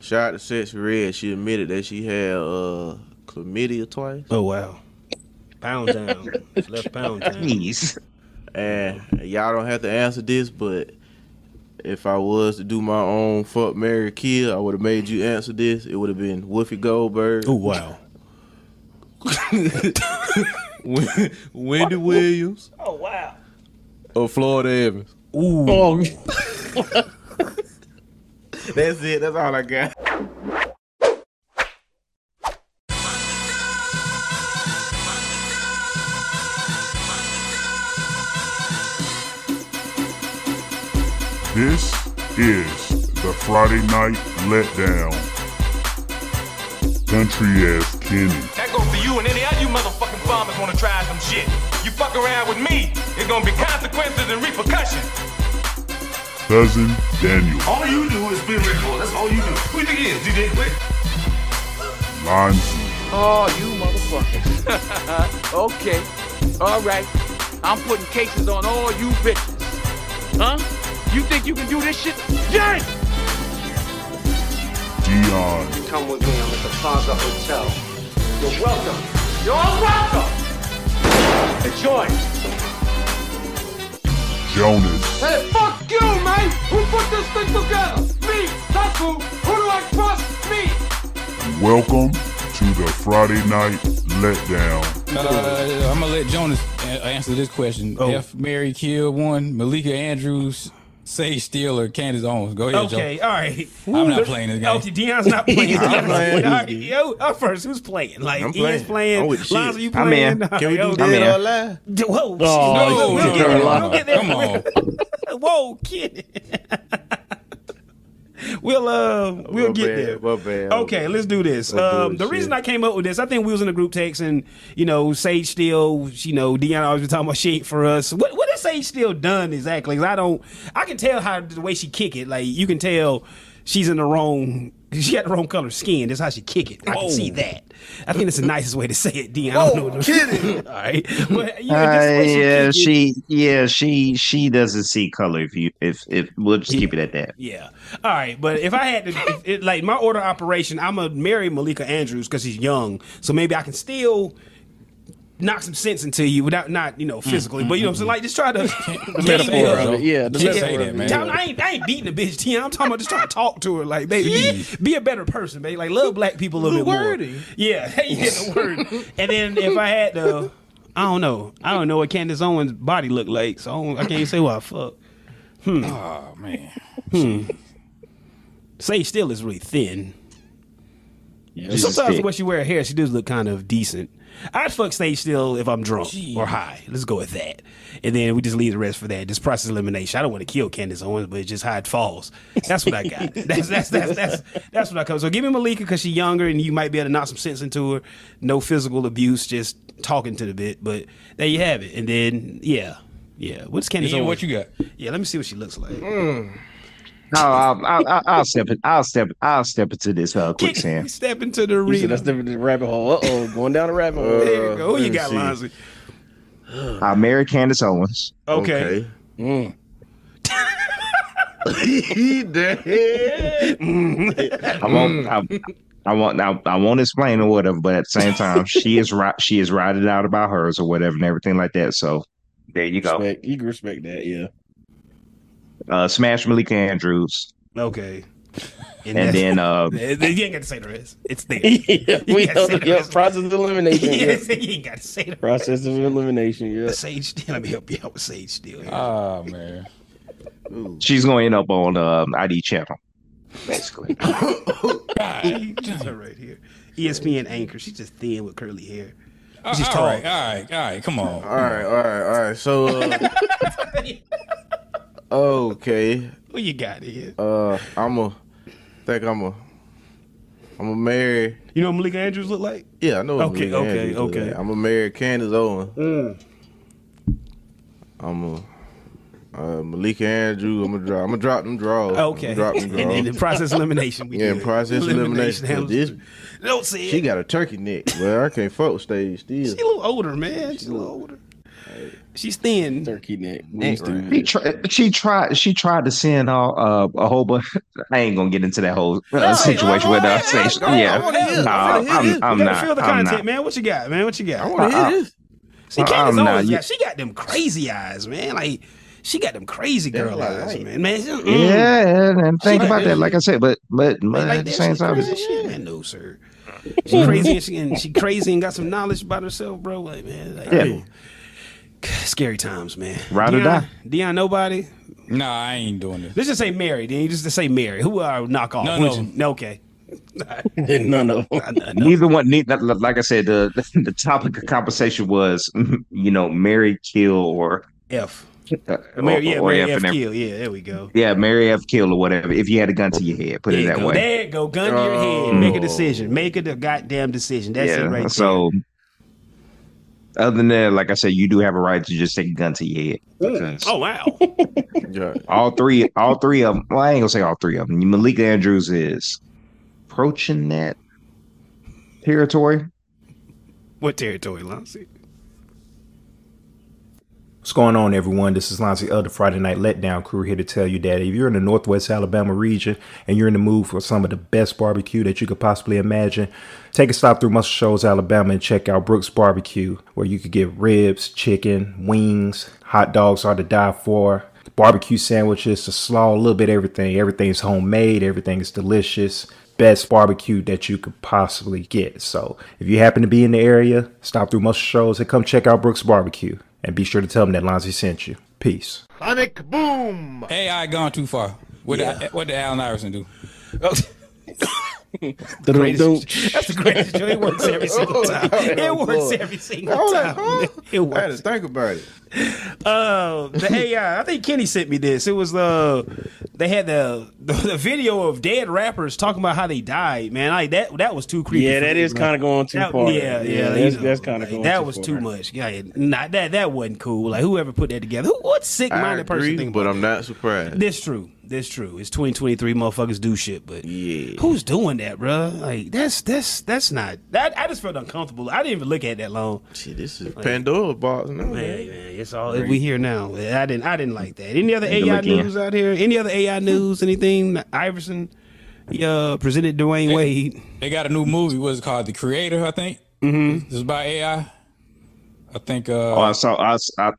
Shout out to Sexy Red. She admitted that she had uh, chlamydia twice. Oh wow. Pound town. It's left pound town. Jeez. And y'all don't have to answer this, but if I was to do my own fuck Mary Kill, I would have made you answer this. It would have been Wolfie Goldberg, Oh wow. Wen- Wendy Williams, Oh wow. or Florida Evans. Ooh. Oh, That's it. That's all I got. This is the Friday Night Letdown. Country ass Kenny. That goes for you and any other you motherfucking farmers wanna try some shit. You fuck around with me, it's gonna be consequences and repercussions. Cousin Daniel. All you do is be reckless. That's all you do. Who you think it is, DJ Quick? Lonzy. Oh, you motherfuckers. okay. All right. I'm putting cases on all you bitches. Huh? You think you can do this shit? Yes! Dion. Come with me, I'm at the Plaza Hotel. You're welcome. You're all welcome! Enjoy! Jonas. Hey, fuck you, man! Who put this thing together? Me! That's who! Who do I trust? Me! Welcome to the Friday Night Letdown. Uh, I'm gonna let Jonas a- answer this question. Oh. F. Mary Kill one, Malika Andrews, Sage Steele, or Candace Owens. Go ahead, Okay, all right. I'm not playing this game. Okay, Dion's not playing. I'm playing All right, this game. Yo, up first, who's playing? Like I'm Ian's playing. playing. I'm with the shit. Lonzo, you I'm playing? in. Can we do Yo, dead in. or alive? d- Whoa, Joe. Oh, No, you shit. can't We'll get get it there. wrong. We'll get there. Come on. whoa, kid. we'll uh, we'll My get bad, there. my bad. Okay, let's do this. We'll do Um, it, the shit. reason I came up with this, I think we was in a group text, and you know, Sage still, you know, Deanna always been talking about shit for us. What what has Sage still done exactly? 'Cause I don't, I can tell how the way she kick it. Like you can tell she's in the wrong. She got the wrong color skin. That's how she kick it. I can see that. I think it's the nicest way to say it, Deanna. I don't know. what- All right, but you know, just the Uh, way she yeah, kick it- she, yeah, she, she doesn't see color. If you, if, if we'll just keep it at that. Yeah. All right. But if I had to, if it, like my order of operation, I'm going to marry Malika Andrews because she's young. So maybe I can still knock some sense into you without, not, you know, physically. But, you know, what I'm saying? like just try to. the Mm-hmm, metaphor of it. Yeah. Yeah, the the metaphor metaphor of it. I, ain't, I ain't beating the bitch, T. I'm talking about just trying to talk to her. Like, baby, be, Jeez. be a better person, baby. Like, love black people a little The bit wording. more. Yeah. Hey, yeah, the word. And then if I had to. I don't know. I don't know what Candace Owens' body looked like, so I, don't, I can't say what I fuck. Hmm. Oh man. Say still is really thin. Just a Sometimes stick. when she wear her hair, she does look kind of decent. I'd fuck stage still if I'm drunk or high. Let's go with that. And then we just leave the rest for that. Just process elimination. I don't want to kill Candace Owens, but it's just how it falls. That's what I got. that's, that's, that's, that's, that's what I come. So give me Malika because she's younger and you might be able to knock some sense into her. No physical abuse, just talking to the bit. But there you have it. And then, yeah. Yeah. What's Candace Ian, Owens? what you got? Yeah, let me see what she looks like. No, I'll, I'll, I'll, I'll step it. I'll step. I'll step into this uh, quicksand. Step into the You said arena. that's the the rabbit hole. Uh oh, going down a rabbit hole. There you Uh, go. Who let you me got, see. Lonzy? I marry Candace Owens. Okay. He dead. I won't. I, Mm. I won't. I, I won't explain or whatever. But at the same time, she is right. She is riding out about hers or whatever and everything like that. So there you go. Respect. You can respect that, yeah. Uh, smash Malika Andrews, Okay. and then uh, you ain't got to say the rest. It's there. you yeah, we gotta know say the the yeah, rest. process of elimination. yeah. ain't got to say the rest. Process of elimination. Yeah. Sage Steele. Let me help you out with Sage Steele. Oh man. she's going to end up on uh, ID channel. Basically, She's right here. E ESPN anchor. She's just thin with curly hair. All She's right, tall. all right, all right, all right. Come on. All right, all right, all right. So, uh, okay. Who you got here? Uh, I'm a. Think I'm a. I'm a marry. You know what Malika Andrews look like? Yeah, I know. what Okay, Malika okay, Andrews look okay. like. I'm a marry Candace Owens. Mm. I'm a. Uh, Malika Andrew, I'm gonna drop. I'm gonna drop them draws. Okay. I'm drop them and then the draws. process elimination. We Yeah, good. process elimination. handles- This- Don't say it. She got a turkey neck. Well, I can't fuck with stage still. She a little older, man. She's a little older. She's thin. Turkey neck. Neck wrap. She, tri- she tried. She tried to send all uh, a whole bunch. I ain't gonna get into that whole uh, situation with her. Say, yeah, Oh, wanna hear- Nah, I wanna hear I'm- this. I'm we gotta not. feel the I'm content, not. man. What you got, man? What you got? I want to Uh-uh. hear this. See, Uh, Candace I'm always not- got, she got them crazy eyes, man. Like she got them crazy girl not eyes, right. man. Man, she- mm. yeah, and, and think She about like that. Like I said, but but, but like at the that, same she time, crazy as shit, man. No, sir. She crazy and she, and she crazy and got some knowledge about herself, bro. Like man, like, Yeah. man. scary times, man. Ride or Deion- die. Deion, nobody. Nah, I ain't doing this. Let's just say Mary. Then you just just say Mary. Who are knock off? No, Would no. you- no. Okay. None of them. neither one. Neither, like I said, the the topic of conversation was, you know, Mary kill or, F. uh, Mary, yeah, or Mary F F. and everything. Kill. Yeah, there we go. Yeah, Mary F. Kill or whatever. If you had a gun to your head, put There it you that go. way. Oh. There you go. Gun to your head. Make a decision. Make a the goddamn decision. That's it yeah. right there. so, other than that, like I said, you do have a right to just take a gun to your head. Because Oh wow. Yeah. All three, all three of them. Well, I ain't gonna say all three of them. Malik Andrews is approaching that territory. what territory, Lonzy? What's going on, everyone? This is Lonzy of the Friday Night Letdown crew here to tell you that if you're in the Northwest Alabama region and you're in the mood for some of the best barbecue that you could possibly imagine, take a stop through Muscle Shoals, Alabama, and check out Brooks Barbecue, where you could get ribs, chicken, wings, hot dogs are to die for, barbecue sandwiches, the slaw, a little bit of everything. Everything's homemade, everything is delicious. Best barbecue that you could possibly get. So, if you happen to be in the area, stop through Muscle Shoals and come check out Brooks Barbecue. And be sure to tell them that Lonzy sent you. Peace. Hey, I gone too far. What did, what did Allen Iverson do? Greatest- That's the greatest joke. It works every Oh, single time. It works Lord. every I single was like, time. huh? It I had to works. think about it. Uh, the AI. I think Kenny sent me this. It was uh, they had the, the the video of dead rappers talking about how they died. Man, like that that was too creepy. Yeah, for that me, is bro. kind of going too That- far. Yeah, yeah, you that's, know, that's kind of like, going. that was too far. much. Yeah, not that that wasn't cool. Like whoever put that together, Who- what sick I minded person agree, think but about I'm not surprised. That's true. That's true. It's 2023. Motherfuckers do shit, but Yeah. who's doing that, bro? Like that's that's that's not. That I just felt uncomfortable. I didn't even look at that long. Shit, this is Pandora box. No, Hey man, it's all Oh, we hear now. I didn't I didn't like that. Any other Take a AI look in. news out here? Any other AI news? Anything? Iverson, he, uh, presented Dwayne Wade. They got a new movie. What's it called? The Creator, I think. Mm-hmm. This is by AI. I think. Uh, Oh, I saw, I, s- I-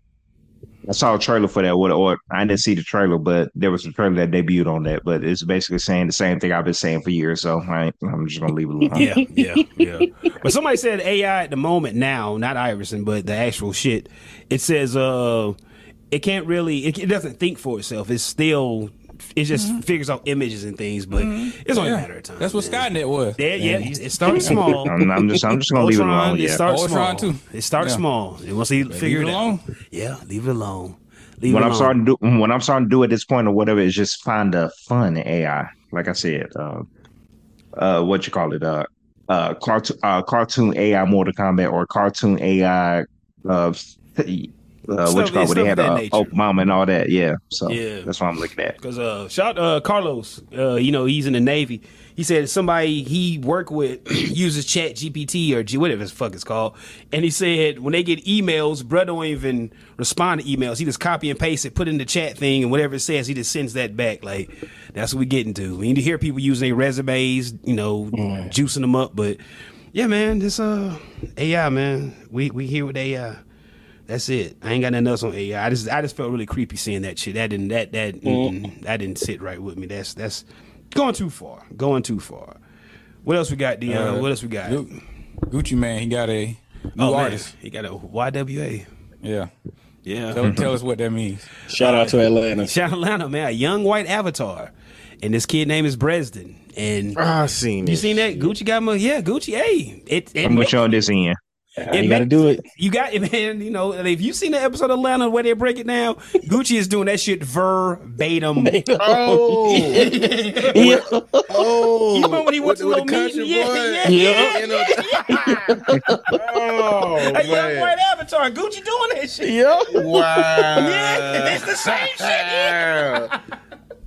I saw a trailer for that. What? Or I didn't see the trailer, but there was a trailer that debuted on that. But it's basically saying the same thing I've been saying for years. So I, ain't- I'm just gonna leave it alone. yeah, yeah, yeah. But somebody said AI at the moment now, not Iverson, but the actual shit. It says uh, it can't really, it, it doesn't think for itself. It's still, it just figures out images and things. But it's only Mm-hmm. yeah. a matter of time. That's what man. Skynet was. There, yeah, it starts small. I'm, I'm just, I'm just gonna leave it Ultron, alone. it Yeah. starts small. Ultron, too. It starts Yeah. small. And once he figure it it out- alone. yeah, leave it alone. Leave what it I'm alone. starting to do, what I'm starting to do at this point or whatever is just find a fun AI. Like I said, uh, uh, what you call it, uh, uh, cartoon, uh, cartoon AI Mortal Kombat or cartoon AI, uh, uh what Stuff- you call it? where They stuff had of that uh, nature. Obama and all that. Yeah, so Yeah. that's what I'm looking at. Cause uh, shout uh, Carlos, uh, you know he's in the Navy. He said somebody he worked with uses Chat GPT or G whatever the fuck it's called, and he said when they get emails, bro don't even respond to emails. He just copy and paste it, put it in the chat thing, and whatever it says, he just sends that back. Like that's what we getting to. We need to hear people using their resumes, you know, juicing them up. But yeah, man, this uh AI man, we we here with AI. That's it. I ain't got nothing else on AI. I just I just felt really creepy seeing that shit. That didn't that that Mm-hmm. mm-mm. that didn't sit right with me. That's that's going too far. Going too far. What else we got, Dion? Uh, what else we got? Gu- Gucci man, he got a new oh man, artist. he got a YWA. Yeah. Yeah, Tell, tell us what that means. Shout out to Atlanta. shout Atlanta man, a young white avatar, and this kid name is Bresden. And I seen it. you seen that Gucci got my yeah Gucci. Hey, it, it I'm with you on this It end. you got to make- do it. You got it, man. You know, if you've seen the episode of Atlanta where they break it down, Gucci is doing that shit verbatim. Oh, Yeah. oh! You remember when he went to With the- Lil with the country Meat? Yeah, boy? yeah, You know- oh A young man! white avatar, Gucci doing that shit. yeah. Wow! Yeah, it's the same shit.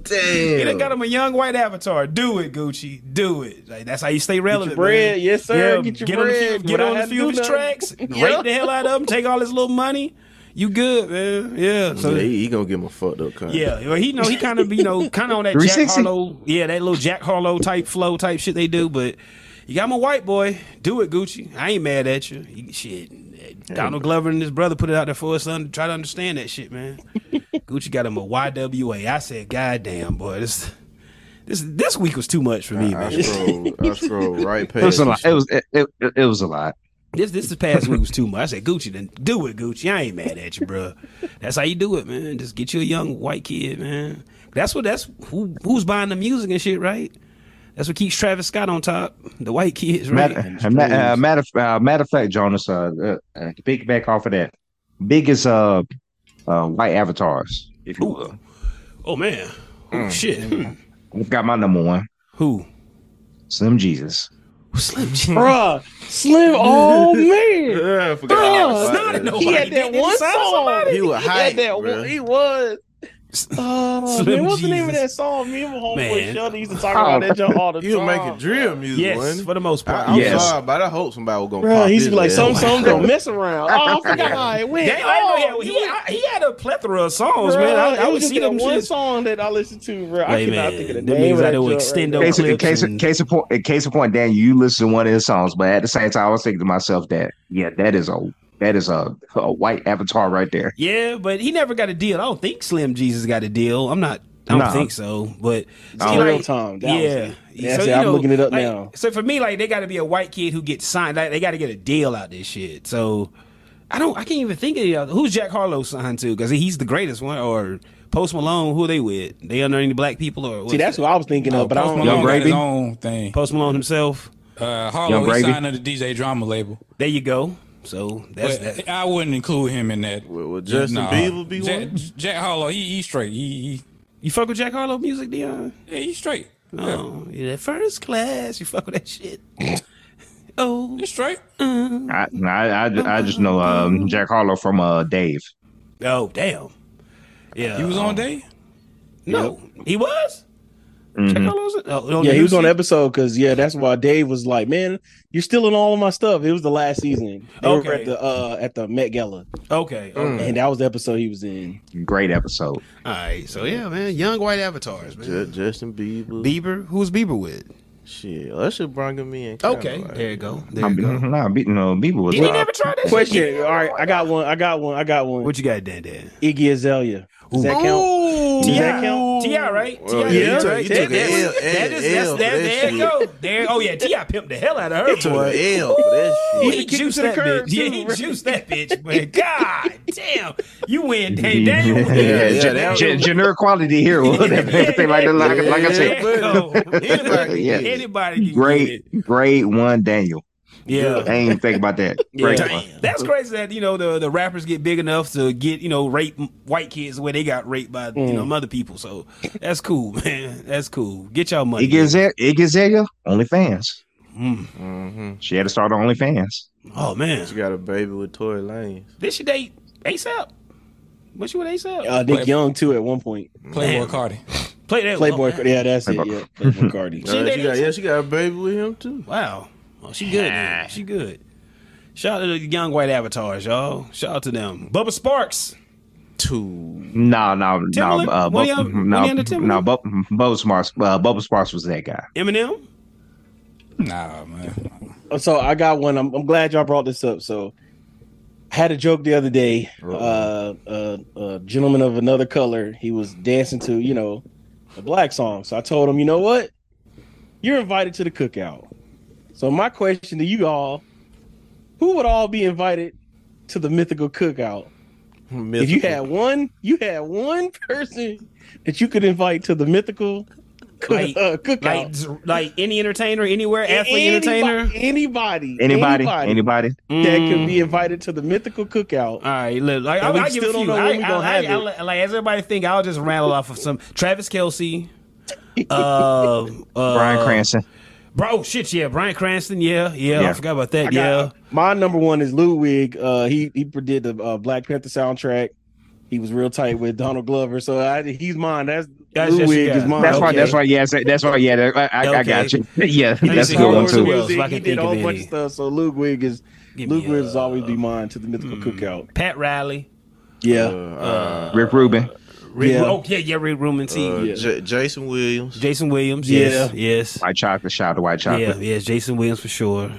Damn! He done got him a young white avatar. Do it, Gucci. Do it. Like that's how you stay Get relevant. your bread, man. yes sir. Yeah, get your get on a bread. few, get What I on a had to few of do his nothing. tracks, Yeah. rape the hell out of him, take all his little money, You good, man? Yeah. So yeah, he, he gonna get him a fucked up kind. Yeah, well, he know he kind of you know kind of on that Jack 360? Harlow, yeah, that little Jack Harlow type flow type shit they do. But you got my white boy, do it, Gucci. I ain't mad at you. You- Shit, Donald Glover and his brother put it out there for us. Son, try to understand that shit, man. Gucci got him a YWA. I said, goddamn, boy, this this this week was too much for me, I man. scroll, I scroll right It past. was a lot. It was it, it, it was a lot. This this the past week was too much. I said, Gucci, then do it, Gucci. I ain't mad at you, bro. That's how you do it, man. Just get you a young white kid, man. That's what that's who who's buying the music and shit, right? That's what keeps Travis Scott on top. The white kids, right? Matter, uh, ma- uh, matter, uh, matter of fact, Jonas, uh, uh, uh, pick back off of that. Biggest uh, uh, white avatars, if you will. oh man. Oh Mm. shit. Hmm. I've got my number one. Who? Slim Jesus. Slim Bruh, Slim, oh man. Yeah, I forgot. Bruh, he had that one song. He was had hype, that bruh. one. He was. Oh, Slim man, what's the name of Jesus. that song? Me and my Man. homeboy Sheldon used to talk about that joke all the time. You making drill music, Yes, wasn't it? for the most part. I, am Yes. sorry, but I hope somebody was gonna. Bro, pop he used to be this like, ass. some some don't mess around. Oh, I forgot how it went. Dang, I oh, know he, had, he, he had a plethora of songs, bruh, man. I, I it would was just see that them one shit. song that I listened to, bro. I Wait, man, cannot think of the them name niggas of out that there joke with right extendo- now. Case, clips case, and- case, of point, uh, case of point, Dan, you listen to one of his songs, but at the same time, I was thinking to myself that, yeah, that is a that is a, a white avatar right there. Yeah, but he never got a deal. I don't think Slim Jesus got a deal. I'm not. I don't Nah. think so. But It's See, real like, time. That was yeah, it. That's it. I'm looking it up like, now. So for me, like they got to be a white kid who gets signed. Like they got to get a deal out this shit. So I don't. I can't even think of the other. Who's Jack Harlow signed to? Because he's the greatest one. Or Post Malone. Who are they with? They under any black people or? See, that's what I was thinking Oh, of, but I Post don't Malone know. got Gravy? his own thing. Post Malone himself. Uh, Young Harlow he Gravy? signed under the DJ Drama label. There you go. So that's But that. I wouldn't include him in that. Well, well, Justin Nah. Bieber be Jack, one. Jack Harlow, he, he straight. He, You fuck with Jack Harlow music, Dion? he, yeah, he straight. No, yeah. Um, that first class. You fuck with that shit. oh, He straight. I I, I, I just know um, Jack Harlow from uh, Dave. oh, damn. Yeah, uh, He was on day. No, he was. Jack Harlow's. Oh, Mm-hmm. Yeah, he was on that. episode because yeah, that's why Dave was like, "Man, you're stealing all of my stuff." It was the last season. They okay. Hmm. Okay. at the uh, at the Met Gala, Okay. okay. and that was the episode he was in. Great episode. All right. So yeah, man, young white avatars, man. Ju- Justin Bieber. Bieber, who's Bieber with? Shit, Usher bringing me in. kinda Okay, like- there you go. There you I'm, go. Mm-hmm. nah, be, no, Bieber was Did he uh, never try that? Question. All right, I got one. I got one. I got one. What you got, Dan? Dan? Iggy Azalea. Does that count? Ti, Does that count? Ti, right? Well, Ti, yeah, you right? took- you took That- a L- that L- is- L for that's- that- that There you go. shit. There. Oh yeah, Ti pimped the hell out of her. To boy. an L for that Ooh, shit. he kicked juiced to the that curb, bitch. yeah, too, he bro. juiced that bitch. But god damn, you win. Hey, Daniel. Yeah, Yeah, gen- yeah, that gen- was- generic quality hero. Everything like that. Like, like I said, anybody, Yeah. can, anybody can get great, it. grade one, Daniel. I Yeah. ain't even think about that. Yeah. Great one. That's crazy that you know the, the rappers get big enough to get you know rape m- white kids where they got raped by you Mm. know other people. So that's cool, man. That's cool. Get Mm. y'all money. Iggy Azalea, Iggy Azalea, OnlyFans. She had to start on OnlyFans. oh man, She got a baby with Tory Lanez. did she date ASAP? Was she with ASAP? Uh, Nick Young too. At one point, Playboy Cardi. Play that Playboy. Oh, yeah, that's it. Yeah, Playboy Cardi. Uh, dated she got, him? yeah, she got a baby with him too. wow, oh, she good. then. She good. Shout out to the young white avatars, y'all. Shout out to them. Bubba Sparks. Two. No, no, no, Timberland? uh, One of Bu- y'all- no, one of y'all the no. Bu- Bubba Sparks, uh, Bubba Sparks was that guy. Eminem. Nah, man. So I got one. I'm, I'm glad y'all brought this up. So I had a joke the other day. Uh, uh, a gentleman of another color, he was dancing to, you know, a black song. So I told him, you know what? You're invited to the cookout. So my question to you all, who would all be invited to the mythical cookout? If you had one, you had one person that you could invite to the mythical coo- Like- uh, cookout. like z- like any entertainer, anywhere, athlete, entertainer. anybody, Anybody? Anybody? that Mm. could be invited to the mythical cookout. All right, look, like I, And we I give still a don't few. know I, when we I- gonna I- have I- like as everybody think, I'll just rattle off of some Travis Kelsey, uh, uh, Brian Cranston. bro, oh, shit, yeah, Brian Cranston, yeah, yeah, I Yeah. forgot about that, I yeah, got- my number one is Ludwig. Uh, he he did the uh, Black Panther soundtrack. He was real tight with Donald Glover, so I, he's mine. That's, That's just Ludwig a guy. is mine. That's why. Okay. That's why. Yeah. that's- That's why. Yeah. that- I, I, I got you. Yeah. That's a see good Star one Wars too. Well, if I he can did think a of whole bunch any. of stuff. So Ludwig is Give me, Ludwig is uh, always be mine to the mythical cookout. Pat Riley, Yeah. Uh, Rick Rubin. Rick, yeah. Oh yeah, yeah, Rick Ruman. See, Uh, yeah. J- Jason Williams. Jason Williams. Yes, yes. White chocolate. Shout out to White Yeah, chocolate. yes, Jason Williams for sure.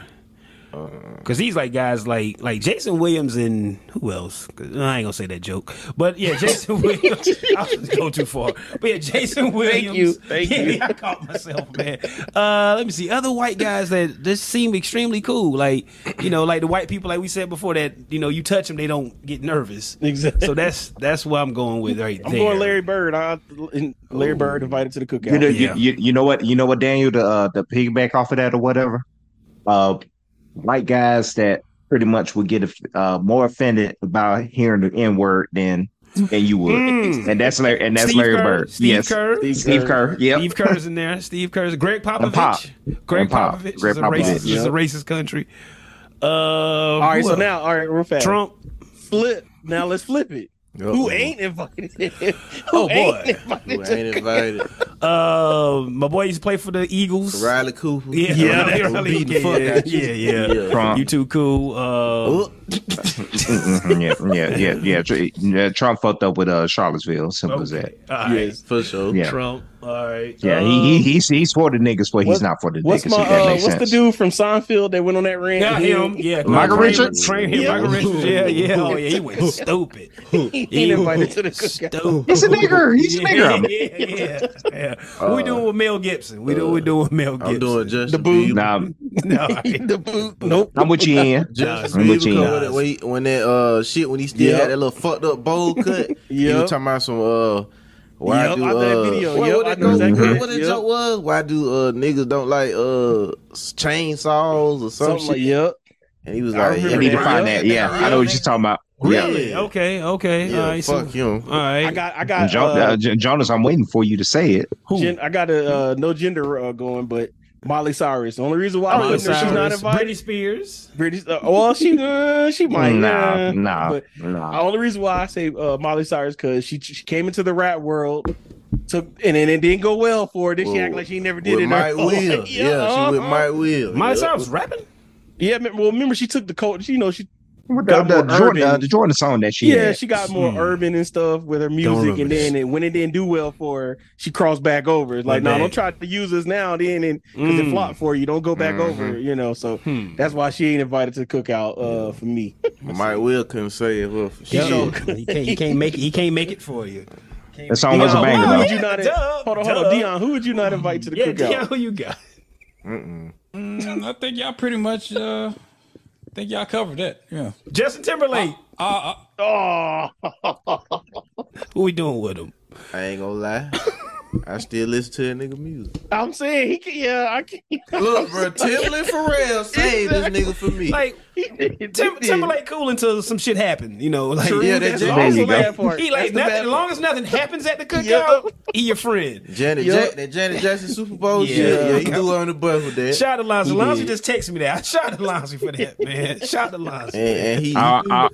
Uh, Cause he's like guys like like Jason Williams and who else? 'Cause I ain't gonna say that joke, but yeah, Jason Williams. I was go too far, but yeah, Jason Williams. you, thank Yeah, you. I caught myself, man. Uh, let me see other white guys that just seem extremely cool. Like you know, like the white people, like we said before, that you know, you touch them, they don't get nervous. Exactly. So that's that's what I'm going with right I'm there. going Larry Bird. I, and Oh. Larry Bird invited to the cookout. You know, Yeah. you, you, you know what? You know what, Daniel? The uh, the piggyback off of that or whatever. Uh, white guys that pretty much would get uh, more offended about hearing the N word than than you would, Mm. and that's Larry and that's Steve Larry Kerr, Bird. Steve yes, Kerr, Steve Kerr. Yep. Steve Kerr's in there. Steve Kerr's Greg Popovich. And Pop. Greg And Pop. Popovich Greg is a Popovich, racist. Is yeah. a racist country. Uh, all right, so now, all right, real fast. Trump. flip. Now let's flip it. Uh-oh. Who ain't invited? Who Oh, ain't boy. invited Who to ain't the invited? Uh, my boy used to play for the Eagles. Riley Cooper. Yeah, Yeah, yeah, that's really, beating the fuck yeah, out you. yeah, yeah, Yeah. Trump. You too cool. Uh, Oh, Mhm, yeah, yeah, yeah, yeah, Tr- yeah. Trump fucked up with uh, Charlottesville. Simple as that. okay. All right. Yes. for sure. Yeah. Trump. All right. Uh, Yeah, he, he he's he's for the niggas, but he's What's- not for the What's niggas. my if that uh, makes what's the sense. dude from Seinfeld that went on that rant? Got him, yeah. Michael Train- Richards? train him, Yeah. Michael Richards, yeah, yeah, oh yeah, he went stupid. He ain't invited to the cookout. Stupid. It's a nigger. He's a nigger. Yeah, yeah, yeah. what we doing with Mel Gibson? We do we doing with Mel Gibson? I'm doing Justin The Bieber. boo. Nah, No, I ain't. the boot. Nope. I'm with you in. Justin I'm with Bieber you. come with it when, he, when that uh shit when he still Yeah. had that little fucked up bowl cut. He Yeah. was talking about some uh why Yep, do I know that uh, video. What, Yep, what I that know goes- that what, clip. what that Yep. joke was? Why do uh niggas don't like uh s- chainsaws or some Something shit? like yep. and he was I like, remember yeah, I need to man, find yeah, that. Yeah, I know what you're talking about. Yeah. Really? Okay, okay. Yeah, all right, so- fuck him. all right. I got I And got Jo- uh, uh, J- Jonas, I'm waiting for you to say it. Who? gen- I got a uh, no gender uh, going, but Molly Cyrus. The only reason why Miley I'm putting her, she's not Cyrus, invited. Britney Spears. British. Uh, well, she uh, she might. Nah, uh, nah, But the nah. only reason why I say uh, Molly Cyrus because she she came into the rap world. Took and then it didn't go well for her. Then she Well, act like she never did With it. Mike Will. Yeah, she with Mike Will. yeah. Miley Cyrus rapping. uh-huh. Yeah, me- well, remember she took the coach. You know, she What got the, the more Jordan, urban. uh, the Jordan song that she yeah, had. she got more Hmm. urban and stuff with her music, remember and this. then it, when it didn't do well for her, she crossed back over. It's like, My no, nah, bad. don't try to use us now. Then and because Mm. Mm-hmm. it flopped for you, don't go back over. You know, so Hmm. Mm. that's why she ain't invited to the cookout uh, for me. Mike Will couldn't say it. Well, for Yo, shit. he can't. He can't make it. He can't make it for you. That song was a Deion, banger who though. would you not? Duh, hold on, hold duh. on, Dion. Who would you not invite to the Yeah, cookout? yeah. Who you got? Mm-mm. Mm, I think y'all pretty much. Uh, think y'all covered that. Yeah. Justin Timberlake. Uh, Oh, uh. What we doing with him? I ain't gonna lie. I still listen to that nigga music. I'm saying he can. Yeah, I can. Look, bro, Timberland and Pharrell saved this nigga for me. Like Tim, Timberlake cool until some shit happened. You know, like True, Yeah, that that's Jack- also you go. bad part. He like That's the nothing. bad As part. long as nothing happens at the cookout, he your friend. Janet, Yup. Jack, that Janet Jackson Super Bowl Yeah. shit. Yeah, he threw her on the bus with that. Shout out to Lonzo. He Lonzo did. just texted me that. Shout out to Lonzo for that, man. Shout out to Lonzo. and, and he, he Uh, threw, uh,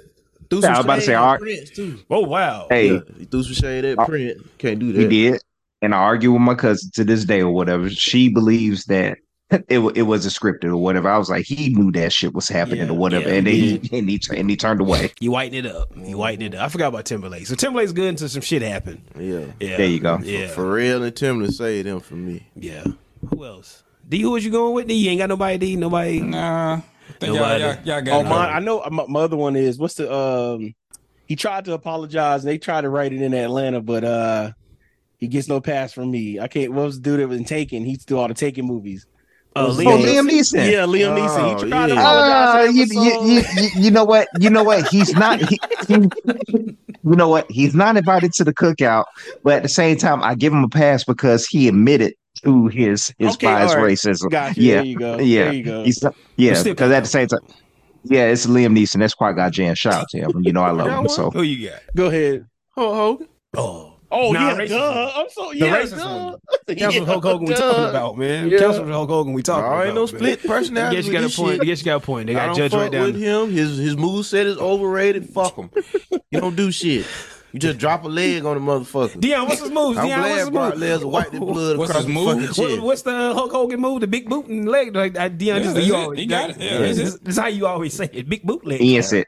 threw I some was about to shade say, at all right. Prince too. Oh wow. hey, Yeah, he threw some shade at Uh, Prince. Can't do that. he did, and I argue with my cousin to this day or whatever. She believes that. It, wa- it was a scripted or whatever. I was like, he knew that shit was happening Yeah, or whatever, yeah, and then he he, and he tu- and he turned away. You whiten it up. You whiten it up. I forgot about Timberlake. So Timberlake's good until some shit happened. Yeah. Yeah. There you go. Yeah. Pharrell and Timberland saved him for me. Yeah. Who else? D, who was you going with? D, you ain't got nobody. D, nobody. nah. I think y'all, Nobody. y'all, y'all got Oh it my! covered. I know my, my other one is what's the um? He tried to apologize and they tried to write it in Atlanta, but uh, he gets no pass from me. I can't. What was the dude that was in Taken? He do all the Taken movies. Oh, What's his Liam Oh, name? Liam Neeson. Yeah, Liam Neeson. Oh, He yeah. tried to apologize. Uh, for you, that you, song. you, you, you know what? You know what? He's not. He, he- you know what? He's not invited to the cookout, but at the same time, I give him a pass because he admitted to his his Okay, biased all right. racism. Got you. Yeah, There you go. yeah. There you go. He's uh, yeah, But still- because at the same time, yeah, it's Liam Neeson. That's quite God Jan. Shout out to him. You know I love him. So Who you got? Go ahead. Hulk Hogan. Oh. Oh Nah, yeah, racist duh. one. I'm so The yeah, racist duh. one. That's Yeah, what Hulk Hogan we duh. talking about, man. Yeah. That's what Hulk Hogan we talking I about. ain't no man. split I personality. guess you with got a this point. I shit. guess you got a point. I They got don't judge fuck right down. with him. His his move set is overrated. Fuck him. you don't do shit. You just drop a leg on the motherfucker. Dion, what's his moves? I'm Dion, what's his glad Brock moves? Lesnar wiped the blood What's across his the move? fucking What, chin. what's the Hulk Hogan move? The big boot and leg? Like I, Dion, Yeah, this that's is you it. always He got it. Yeah, this, that's is- this is how you always say it. Big boot leg. Ian said,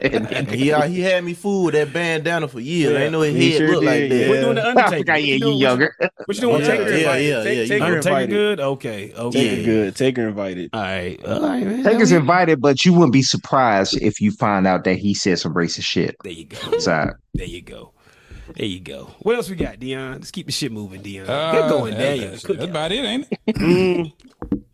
And he out- he had me fooled with that bandana for years. I ain't know his head looked like that. We're doing the Undertaker. What you doing- What you doing with Yeah, Taker? yeah, invited? yeah, Take- yeah, you Taker invited. invited. good? Okay. Okay. Taker good. Taker invited. All right. All right, man. Taker's invited, but you wouldn't be surprised if you find out that he said some racist shit. There you go. So, There you go. There you go. What else we got, Dion? Let's keep the shit moving, Dion. Uh, Good going, that- Daniel. That's, that's about it, ain't it? Mm.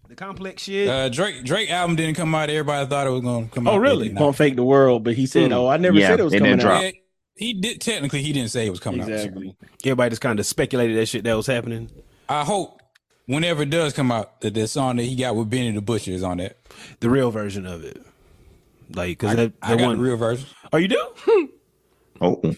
The complex shit. Uh, Drake Drake album didn't come out. Everybody thought it was gonna come out. oh, really? It did not. Pump fake the world, but he said, Mm. "Oh, I never Yeah, said it was it coming didn't out." drop. Yeah, he did. Technically, he didn't say it was coming out. Exactly. Everybody just kind of speculated that shit that was happening. I hope whenever it does come out, that the song that he got with Benny the Butcher is on that. The real version of it. Like, because that, I that got the one. real version. oh, you do? oh,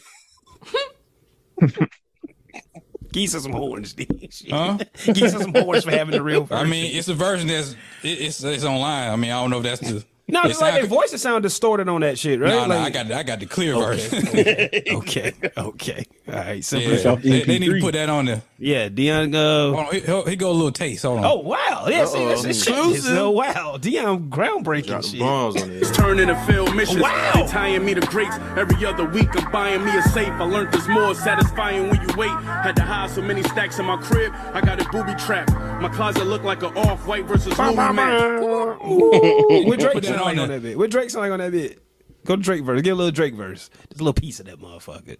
Geese us some horns, Dion. Shit. Huh? Geese us some horns for having the real I version. mean, it's a version that's it, it's it's online. I mean, I don't know if that's the no, it it's like sound- their voices sound distorted on that shit, right? No, no, I like, got I got the clear version. okay, okay, okay. All right, simple. Yeah, off they, they need to MP3. put that on there. Yeah, Dion. Uh, Hold on, he, he'll- he go a little taste. Hold on. oh wow, yeah. See, that's Uh-oh. exclusive. Oh wow, Dion, groundbreaking Got some shit. bombs on it. Turning to film missions. Wow. They tying me to grapes. Every other week I'm buying me a safe. I learned this more satisfying when you wait. Had to hide so many stacks in my crib. I got a booby trap. My closet look like an off-white versus Louis match. Ooh, what Drake Put that sound on like on there. that bit? What Drake sound like on that bit? Go to Drake verse. Get a little Drake verse. Just a little piece of that motherfucker.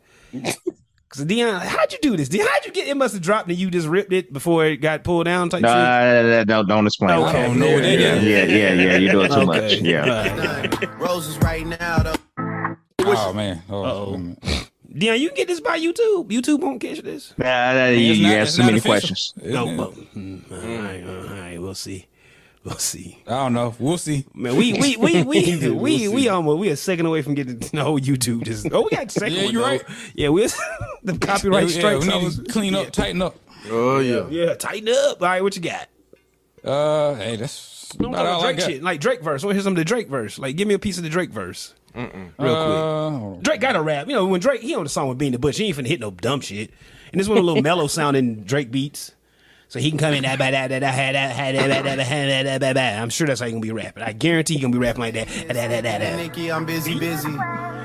Cause Dion, how'd you do this? Dion, how'd you get? It must have dropped and you just ripped it before it got pulled down. Type no, no, no, don't explain. I don't know what they Yeah, did. yeah, yeah, yeah. You're doing too shit. much. Yeah. Roses right now, though. Oh man. Oh, man. Dion, you can get this by YouTube. YouTube won't catch this. Nah, nah, you It's you not- asked it's too not many official. questions. It's- No, but, mm, all right, all right, we'll see. We'll see. I don't know. We'll see. Man, we we we we we we, almost we a second away from getting the whole YouTube. Just oh, we got second. Yeah, one, you're though. right. Yeah, we the copyright yeah, yeah, strikes. we I need was- to clean up, tighten up. Oh yeah. yeah, tighten up. All right, what you got? Uh, hey, that's I'm about talking all I Drake got. shit, like Drake verse. I want to hear some of the Drake verse. Like, give me a piece of the Drake verse. Real quick. Drake got a rap. You know, when Drake he on the song with Bean the Butch, he ain't finna hit no dumb shit. And this one a little mellow sounding Drake beats. So he can come in. "Ah, bah, da, da, da, ha, da, ha, da, ba, da, da, ha, da, da, ba, ba." I'm sure that's how he gonna be rapping. I guarantee he gonna be rapping like that. Ah, da, da, da, da. Nikki, I'm busy, busy.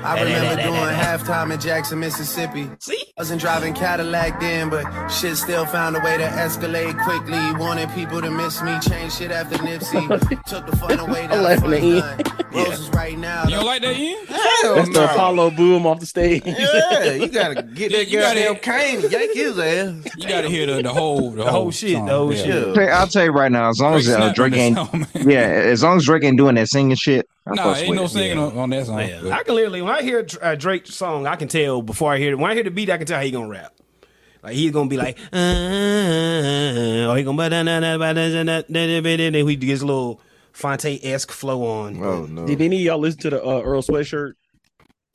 I remember doing halftime in Jackson, Mississippi. See? Wasn't driving Cadillac then, but shit still found a way to escalate quickly. Wanted people to miss me, changed shit after Nipsey. Took the fun away that I laughing funny at Ian. done. Roses right now. You don't like that, Ian? Hell That's the Apollo boom off the stage. Yeah, you gotta get that You gotta- goddamn cane and yank his ass. You got to hear the, the whole the, whole shit, song. the whole yeah. shit. Yeah. Hey, I'll tell you right now, as long as uh, Drake ain't, yeah, as long as Drake ain't doing that singing shit, I'm Nah, fucks ain't with no it. singing on, on that song. Yeah. I can literally when I hear a Dr- a Drake song, I can tell before I hear it. When I hear the beat, I can tell how he gonna rap. Like he's gonna be like, uh, or he gonna ba da da da ba da da da da da da. Then he gets a little Fonte esque flow on. Oh no. Did any of y'all listen to the uh, Earl sweatshirt?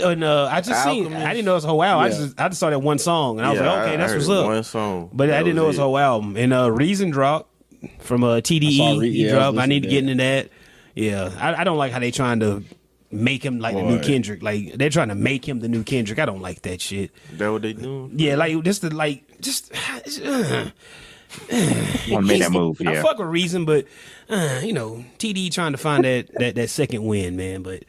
And uh, I just seen, Alchemist. I didn't know it was a whole album. Yeah. I just I just saw that one song and I was Yeah, like, okay, I- that's I what's heard up. One song, But I That didn't know it was it. a whole album. And uh, Reason dropped from uh, I saw TDE. Re- he yeah, I was dropped. I need to get listening to into that. Yeah, I, I don't like how they trying to make him like the new Boy. Kendrick. Like they're trying to make him the new Kendrick. I don't like that shit. That what they doing? Yeah, like just the like just. Wanna make He's- that move, I yeah. fuck with Reason, but uh, you know, TD trying to find that that that second win, man. But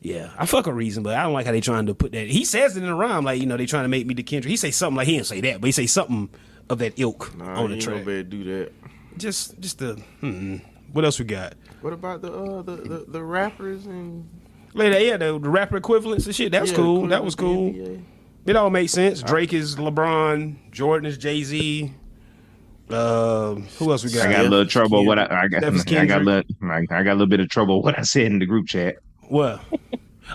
yeah, I fuck with Reason, but I don't like how they trying to put that. He says it in a rhyme, like you know, they trying to make me the Kendrick. He say something like he didn't say that, but he say something of that ilk Nah, on the Oh, you ain't track. no better do that. Just just the hmm, what else we got? What about the uh the the, the rappers and Later, yeah, the, the rapper equivalents and shit. That was Yeah, cool. the That was cool. NBA. It all made sense. Drake is LeBron. Jordan is Jay Z. Uh, who else we got? I got a little trouble. What I, I got, That was I got a Kendrick. little, I, I got a little bit of trouble. What I said in the group chat. What?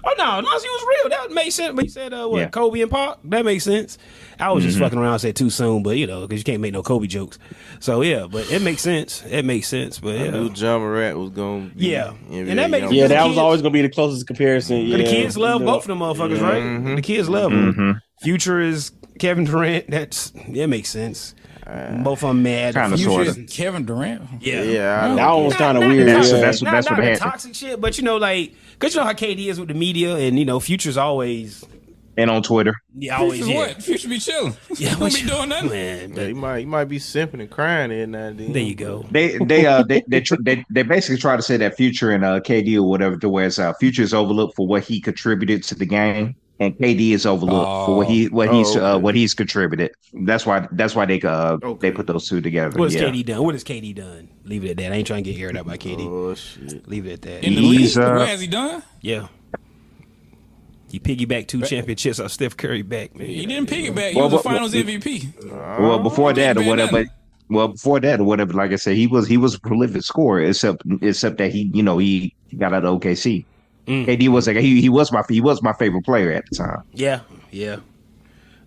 Oh no, no, she was real. That makes sense. But you said uh, what? Yeah. Kobe and Park. That makes sense. I was just Mm-hmm. fucking around. said too soon, but you know, because you can't make no Kobe jokes. So yeah, but it makes sense. It makes sense. But I knew yeah, John Morant was gonna be Yeah. NBA And that makes- young Yeah, man. that was kids- always gonna be the closest comparison. Yeah, the kids love You know, both of them motherfuckers, Mm-hmm. right? The kids love them. Mm-hmm. Future is Kevin Durant. That's that makes sense. Uh, both of them mad. Kinda, Future- sorta. Future is Kevin Durant. Yeah. Yeah, I don't That one was kind of Not- weird. not- That's- yeah. that's- not, not what the happened. toxic shit, but you know, like, cause you know how KD is with the media, and you know, Future's always and on Twitter. Yeah, always. Future Oh, Yeah. what? Future be chilling. Yeah, what don't be you- doing nothing. Man, Yeah, he might he might be simping and crying every now and then. there you go. They they uh they they, tr- they they basically try to say that Future and uh KD or whatever to where it's uh, Future is overlooked for what he contributed to the game, and KD is overlooked for what he what Oh, he's uh, okay. what he's contributed. That's why that's why they uh Okay. they put those two together. What has yeah. KD done? What has KD done? Leave it at that. I ain't trying to get aired out by KD. Oh shit. Leave it at that. In the league, He's, uh, what has he done? yeah. He piggybacked two championships off Steph Curry back, man. He didn't pick it back. He Well, was but- the Finals MVP. Oh, well before that or man, whatever nothing. well before that or whatever like i said he was he was a prolific scorer except except that he you know he got out of okc Mm. KD was like he, he was my he was my favorite player at the time. Yeah, yeah.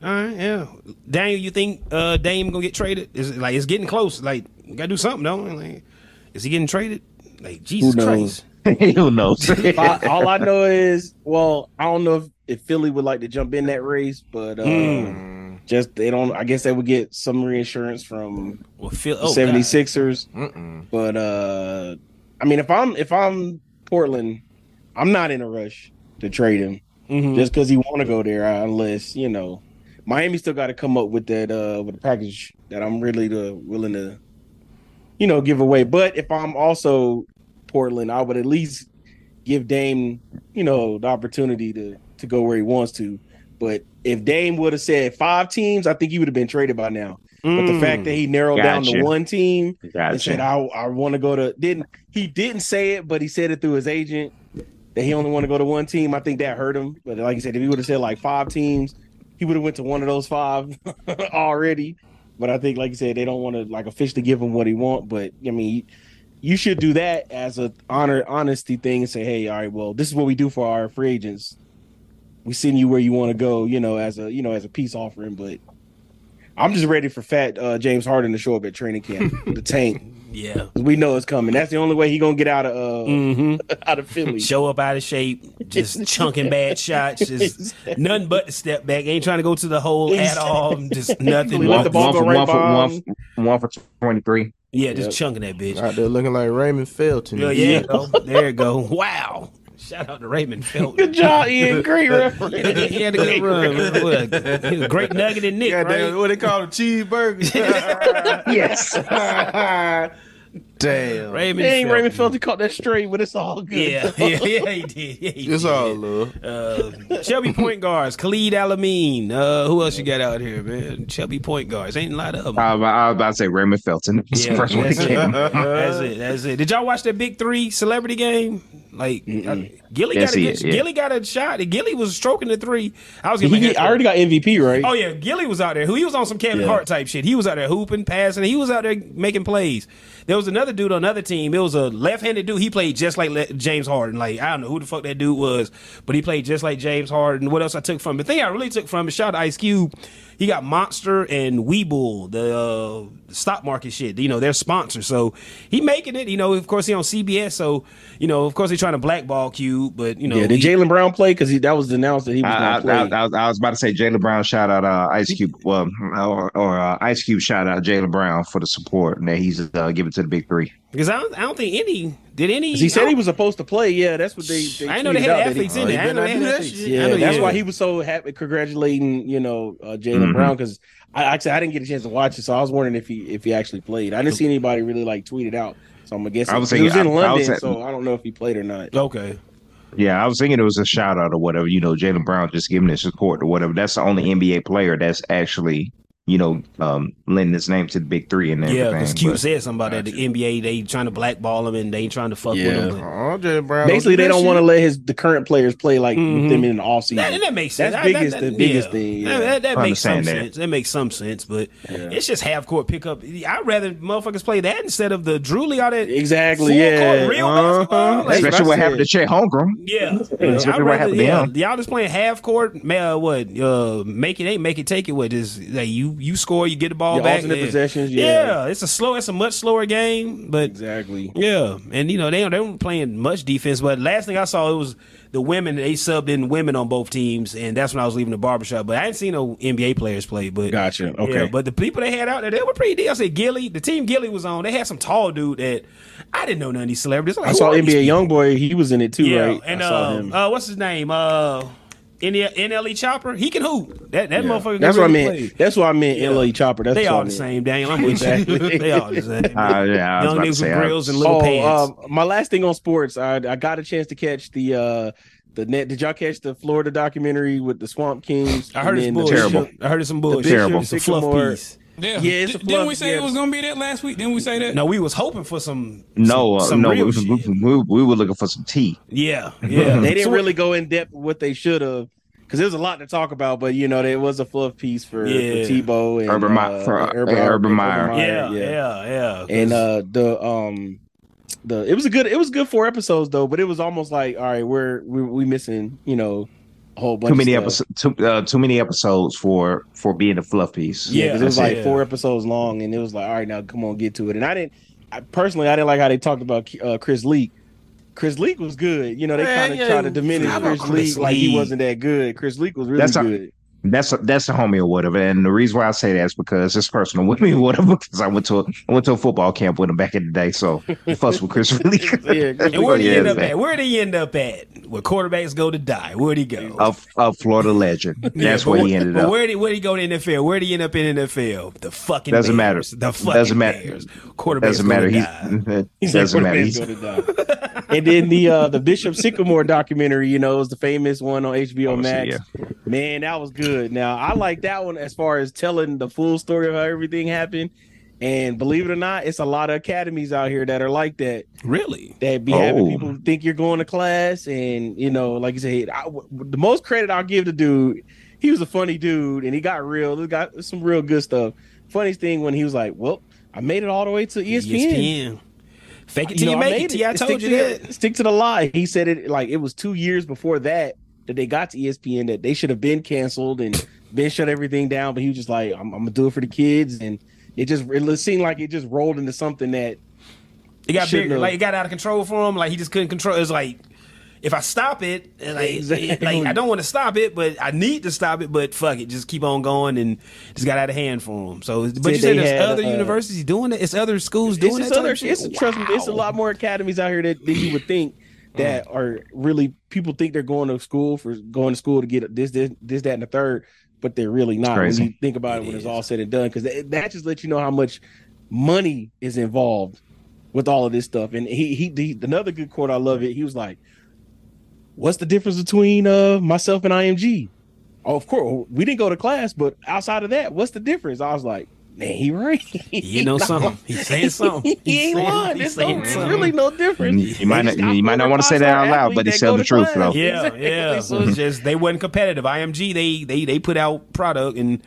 All right, yeah. Daniel, you think uh, Dame gonna get traded? Is it, like it's getting close. Like we gotta do something, though. Like, is he getting traded? Like Jesus knows? Christ. Who knows? I, all I know is, well, I don't know if, if Philly would like to jump in that race, but uh, just they don't. I guess they would get some reinsurance from Well, Phil, the oh, 76ers. Mm-mm. But uh, I mean, if I'm if I'm Portland, I'm not in a rush to trade him Mhm. just because he want to go there. uh, Unless you know, Miami still got to come up with that uh with a package that I'm really the, willing to, you know, give away. But if I'm also Portland, I would at least give Dame, you know, the opportunity to to go where he wants to. But if Dame would have said five teams, I think he would have been traded by now. But the fact that he narrowed down Gotcha. to one team and said gotcha. I I want to go to didn't he didn't say it, but he said it through his agent that he only want to go to one team. I think that hurt him. But like I said, if he would have said like five teams, he would have went to one of those five already. But I think like you said, they don't want to like officially give him what he want. But I mean, you should do that as a honor honesty thing and say, hey, all right, well, this is what we do for our free agents. We send you where you want to go, you know, as a you know as a peace offering. But I'm just ready for Fat uh, James Harden to show up at training camp, the tank. Yeah. 'Cause We know it's coming. That's the only way he gonna get out of uh, hmm out of Philly. Show up out of shape, just chunking bad shots, just nothing but the step back. Ain't trying to go to the hole at all. Just nothing. Exactly. Let the but- one, ball go for, right one, for, by one, him. for, one for twenty three. yeah, just chunking that bitch. Out there looking like Raymond Felton. Yeah, yeah. go. There you go. Wow. Shout out to Raymond Felton. Good job, Ian. Great reference. He had a- he had a good run. What a- he was a great nugget in Nick, God damn, right? what they call them cheeseburgers. Yes. damn. Raymond Dang, Felton. Raymond Felton caught that straight, but it's all good. Yeah, yeah, yeah, he did. Yeah, he It's did. all love. Uh, Chubby point guards, Khalid Alameen. Uh, who else you got out here, man? Chubby point guards. Ain't a lot of them. I, was- I was about to say Raymond Felton. That's Yeah, the first one that that's it. came. That's it. That's it. Did y'all watch that Big Three celebrity game? Like I- Gilly Didn't got a see good, it, yeah. Gilly got a shot. and Gilly was stroking the three. I was He getting my get- I hair- already got MVP, right? Oh yeah, Gilly was out there. Who he was on some Kevin Hart type shit. He was out there hooping, passing. He was out there making plays. There was another dude on another team. It was a left-handed dude. He played just like Le- James Harden. Like I don't know who the fuck that dude was, but he played just like James Harden. What else I took from it? The thing I really took from it, shout out to Ice Cube. He got Monster and Weeble, the uh, stock market shit. You know, their sponsor. So he making it. You know, of course he on CBS. So you know, of course they trying to blackball Cube, but you know, yeah. Did he- Jalen Brown play? Because that was announced that he was I, I, gonna I, play. I was, I was about to say Jalen Brown shout out uh, Ice Cube well, or, or uh, Ice Cube shout out Jalen Brown for the support that he's uh, giving to the big three. because I don't, I don't think any did any. 'Cause he said I he don't- was supposed to play. Yeah, that's what they. they I didn't know they tweeted had out that he- athletes in Oh, there. I he didn't know better not they had do that athletes. shit. I Yeah, know that's why did. he was so happy congratulating, you know, uh, Jalen Mhm. Brown because I actually I didn't get a chance to watch it, so I was wondering if he if he actually played. I didn't see anybody really like tweet it out, so I'm gonna guess I it- was it was in thinking- I- I was London, at- so I don't know if he played or not. Okay. Yeah, I was thinking it was a shout out or whatever. You know, Jalen Brown just giving his support or whatever. That's the only NBA player that's actually, you know, um, lending his name to the big three and Yeah, everything. because Q but- said something about that. The NBA, they trying to blackball him and they trying to fuck with Yeah. him. but- Oh, Jalen Brown. Basically, they don't want to to. let his the current players play like Mhm. with them in the offseason. That, that makes sense. That's I- that- biggest- that- the biggest yeah. thing, That, yeah. that- that I makes some understand that. sense. That makes some sense, but it's just half court pickup. I'd rather motherfuckers play that instead of the Drewly out that Exactly. full Yeah. court real Uh-huh. basketball. Like, That's Especially what I what happened said. to Chet Holmgren. Yeah, That's I'd what rather, happened to yeah. him. y'all just playing half court. Man, uh, what? Uh, make it ain't make it take it. What is like you you score, you get the ball Your back. alternate yeah. possessions, yeah. it's a slow, it's a much slower game, but Exactly. yeah, and you know they they weren't playing much defense. But last thing I saw, it was the women. They subbed in women on both teams, and that's when I was leaving the barbershop. But I didn't see no NBA players play. But Gotcha. Okay. yeah, but the people they had out there, they were pretty. I said Gilly, the team Gilly was on. They had some tall dude that I didn't know none of these celebrities. I'm like, I who saw are these NBA YoungBoy. He was in it too, yeah, right? and I saw uh, uh, what's his name? Uh, in the NLE Chopper, he can hoop. That that motherfucker. That's can what really I meant. play. That's what I meant. NLE Chopper. That's they what I all the meant. same, Daniel. I'm with you. Exactly. they all the same. Uh, yeah, I Young was about to niggas say, with I- grills and little pants. um, my last thing on sports, I I got a chance to catch the uh the net. Did y'all catch the Florida documentary with the Swamp Kings? I heard it's And then the bullshit. Terrible. I heard it's some bullshit. Bishop, Terrible. It's a fluff Sycamore. piece. Yeah, Yeah, it's a Didn't we fluff, say yeah. it was gonna be that last week? Didn't we say that? No, we was hoping for some. some, No, uh, some no, we, real we, shit. we, we were looking for some tea. Yeah, yeah. They didn't So- really go in depth with what they should have because there's a lot to talk about. But you know, there was a fluff piece for, Yeah. for Tebow and Urban Meyer- uh, for, uh, Urban Meyer. Yeah, yeah, yeah. And uh, the um, the it was a good it was good four episodes though, but it was almost like all right, we're we we missing you know a whole bunch Too many of stuff. episodes. Too, uh, too many episodes for for being a fluff piece. Yeah, 'cause it was That's like four episodes long, and it was like, all right, now come on, get to it. And I didn't, I personally, I didn't like how they talked about uh, Chris Leak. Chris Leak was good, you know. They Man, kind of yeah, tried to diminish how about Chris, Chris Leak like he Leak? wasn't that good. Chris Leak was really That's a- good. That's that's the homie or whatever, and the reason why I say that is because it's personal with me or whatever. Because I went to a, I went to a football camp with him back in the day, so I fuss with Chris really. Yeah, Chris And where did he Yeah, end up man. at? Where did he end up at? Where quarterbacks go to die? Where'd he go? A, a Florida legend. That's Yeah, but where he where- ended but up. Where did where did he go to NFL? Where did he end up in NFL? The fucking Doesn't matter. Bears. The fucking Doesn't matter. Bears. Quarterbacks doesn't matter. gonna He's, die. He's like, doesn't matter. "Quarterbacks He's, go to die." and then the uh, the Bishop Sycamore documentary, you know, is the famous one on HBO Max. Obviously, Man, that was good. Now I like that one as far as telling the full story of how everything happened. And believe it or not, it's a lot of academies out here that are like that. Really? that be having Oh. people think you're going to class and you know like you said I, w- the most credit i'll give the dude he was a funny dude and he got real he got some real good stuff funniest thing when he was like well i made it all the way to E E espn, Fake it till You know, you I make made it. T. I Stick told to you the- that. stick to the lie he said it like it was two years before that that they got to E espn that they should have been canceled and been shut everything down but he was just like i'm, I'm gonna do it for the kids and it just it seemed like it just rolled into something that It got Shouldn't bigger. have. Like it got out of control for him. Like he just couldn't control. It's like if I stop it, and like, Exactly. like I don't want to stop it, but I need to stop it. But fuck it, just keep on going and just got out of hand for him. So, but Said you said they there's had, other uh, universities doing it. It's other schools doing it's that. other- type of shit? it's- trust me, it's a Wow. Mm. lot more academies out here that, than you would think that are really people think they're going to school for going to school to get this, this, this, that, and the third, but they're really not crazy. when you think about it, It when it's is. all said and done. Because that, that just lets you know how much money is involved with all of this stuff. And he, he, he another good quote, I love it. He was like, What's the difference between uh myself and IMG? Oh, of course, we didn't go to class, but outside of that, what's the difference? I was like, Man, he right. You know something? He's saying something. he ain't saying- lying. he's There's no, saying there's something. really no difference. You might They not- just got you might not four wanna say that five-star out loud, athletes but he that said go the to truth, class. though. Yeah, Exactly. yeah. So it's just they weren't competitive. IMG they they they put out product and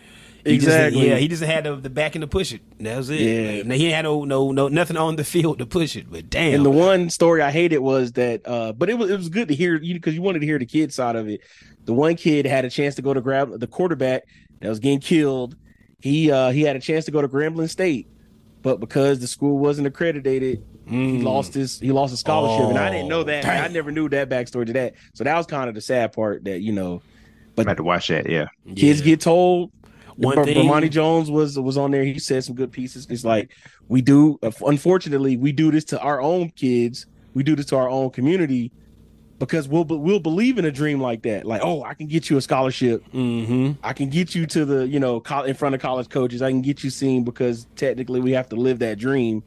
he just- Exactly. yeah, he just had the, the backing to push it. That was it. Yeah. Like, he had no no no nothing on the field to push it. But damn, And the one story I hated was that, uh, but it was it was good to hear you because you wanted to hear the kid side of it. The one kid had a chance to go to grab the quarterback that was getting killed. He uh, he had a chance to go to Grambling State, but because the school wasn't accredited, he Mm. lost his he lost his scholarship. and I didn't know Oh, that. I damn. never knew that backstory to that. So that was kind of the sad part that you know I had to watch that. Yeah, kids Yeah. get told. One One thing- Romani Jones was was on there. He said some good pieces. It's like we do. uh, Unfortunately, we do this to our own kids. We do this to our own community because we'll be- we'll believe in a dream like that. Like, oh, I can get you a scholarship. Mm-hmm. I can get you to the you know col- in front of college coaches. I can get you seen because technically we have to live that dream.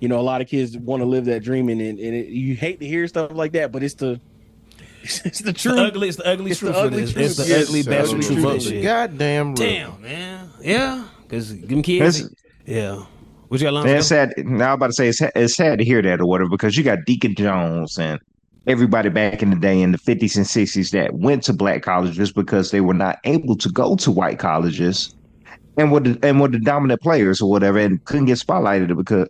You know, a lot of kids want to live that dream, and and it, you hate to hear stuff like that, but it's the it's The the truth. ugly, it's the ugly It's the truth. ugly of this. truth. It's the Yes, ugly sir. bastard Ugly truth. of truth. this shit. Goddamn, real. Damn, man. Yeah, because them kids. That's- yeah. What you got, and Lonzo? it's sad. Now I'm about to say it's, it's sad to hear that or whatever because you got Deacon Jones and everybody back in the day in the 50s and 60s that went to black colleges because they were not able to go to white colleges and were the, and were the dominant players or whatever and couldn't get spotlighted because.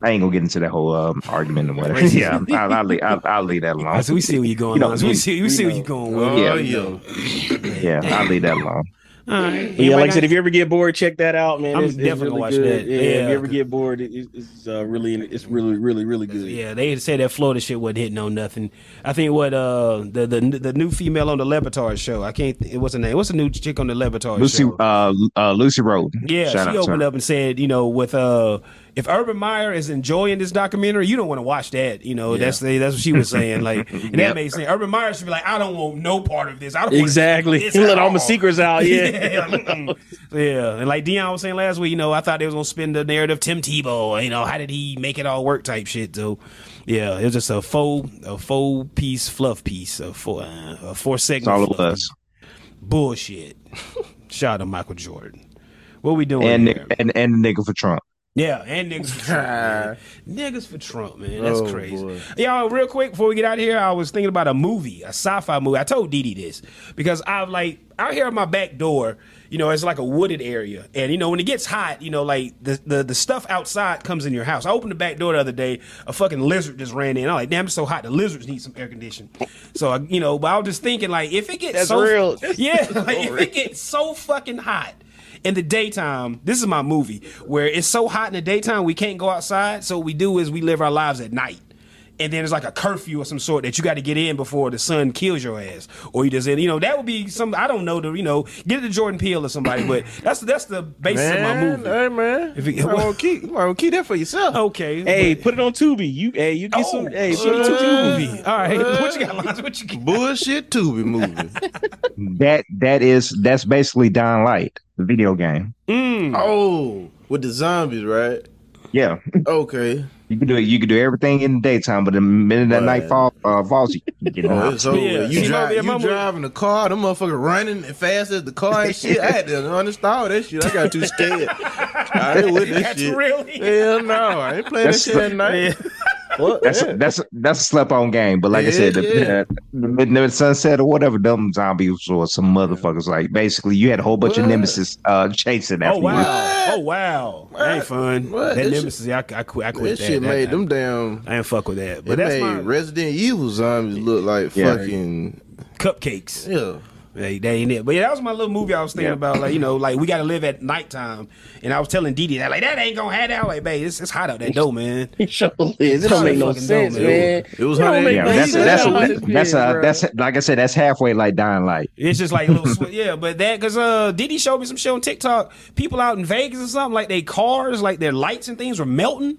I ain't gonna get into that whole um, argument or whatever. yeah, I'll, I'll, leave- I'll, I'll leave that alone. So we see where you're going. You know, Lonzo. we see, we see where you're going. With. Oh, Yeah. yeah. Yeah, I'll leave that alone. All right. Yeah, like I said, if you ever get bored, check that out, man. I'm it's, it's definitely really gonna watch that. good. Yeah, if Yeah. you ever get bored, it, it's- it's uh, really, it's really, really, really good. Yeah, they say that Florida shit wasn't hitting on nothing. I think what uh the the, the new female on the Lebatard show. I can't. Th- what's her name? What's the new chick on the Lebatard Lucy, show? uh, uh, Lucy Road. yeah, Shout out she to her. opened up and said, you know, with uh if Urban Meyer is enjoying this documentary, you don't want to watch that. You know, that's the, that's what she was saying. Like, and that Yep. makes sense. Urban Meyer should be like, I don't want no part of this. I don't want Exactly. this He at let all my secrets out, yeah. mm-mm. yeah. And like Dion was saying last week, you know, I thought they was gonna spin the narrative Tim Tebow. You know, how did he make it all work? Type shit. So, yeah, it was just a faux a faux piece fluff piece, a four uh, a four It's segment. all it fluff was. bullshit. Shout out to Michael Jordan. What we doing? And, here? and and nigga for Trump. Yeah, and niggas for Trump. man. niggas for Trump, man. That's Oh, crazy. boy. Y'all, real quick before we get out of here, I was thinking about a movie, a sci-fi movie. I told Didi this because I've like out here at my back door, you know, it's like a wooded area, and you know when it gets hot, you know, like the the, the stuff outside comes in your house. I opened the back door the other day, a fucking lizard just ran in. I'm like, damn, it's so hot. The lizards need some air conditioning. So I, you know, but I was just thinking like, if it gets That's so real. yeah, like, if it gets so fucking hot in the daytime, this is my movie where it's so hot in the daytime we can't go outside. So what we do is we live our lives at night. And then it's like a curfew of some sort that you got to get in before the sun kills your ass, or you just you know that would be some I don't know the you know get it to Jordan Peele or somebody, but that's that's the basis of my movie. Hey man, If it- you might wanna keep, you might wanna keep that for yourself. Okay, oh, Hey, put it on Tubi. You hey, you get some hey, put it on Tubi. movie. All right, what you got? Lons? What you got? bullshit Tubi movie. That that is that's basically Don Light, the video game. oh, with the zombies, right? Yeah. Okay. You can do it. You can do everything in the daytime, but the minute that night fall uh, falls, you can get Oh, out. it's over. Yeah, You, see, my- drive, yeah, you my mo- driving the car, them motherfucker running as fast as the car and shit. I had to uninstall that shit. I got too scared. I ain't with this That's shit. really- Hell no, I ain't playing That's that shit at night. What? That's that's that's a slap on game. But like I said, the, Yeah, yeah. the, the midnight sunset or whatever, them zombies or some motherfuckers. Like basically, you had a whole bunch of What? nemesis uh, chasing after Oh wow! you. Oh wow! That ain't fun. What? That That shit- nemesis, I, I quit. I that quit that. shit That- made I- them damn. I ain't fuck with that. It But that's made my Resident Evil zombies look like Yeah. fucking cupcakes. yeah. Hey, that ain't it. But yeah, that was my little movie I was thinking about. Like, you know, like we gotta live at nighttime. And I was telling Didi that like that ain't gonna have that. I'm Like, babe, it's, it's hot out that door, man. It sure is. It don't make no Oh, Fucking sense, dumb, man. It was It don't honey- make Yeah, no that's sense. that's how that's this that's, is, uh, bro. that's like I said, that's halfway like dying light. It's just like a little sw- yeah, but that because uh Didi showed me some shit on TikTok. People out in Vegas or something, like they cars, like their lights and things were melting.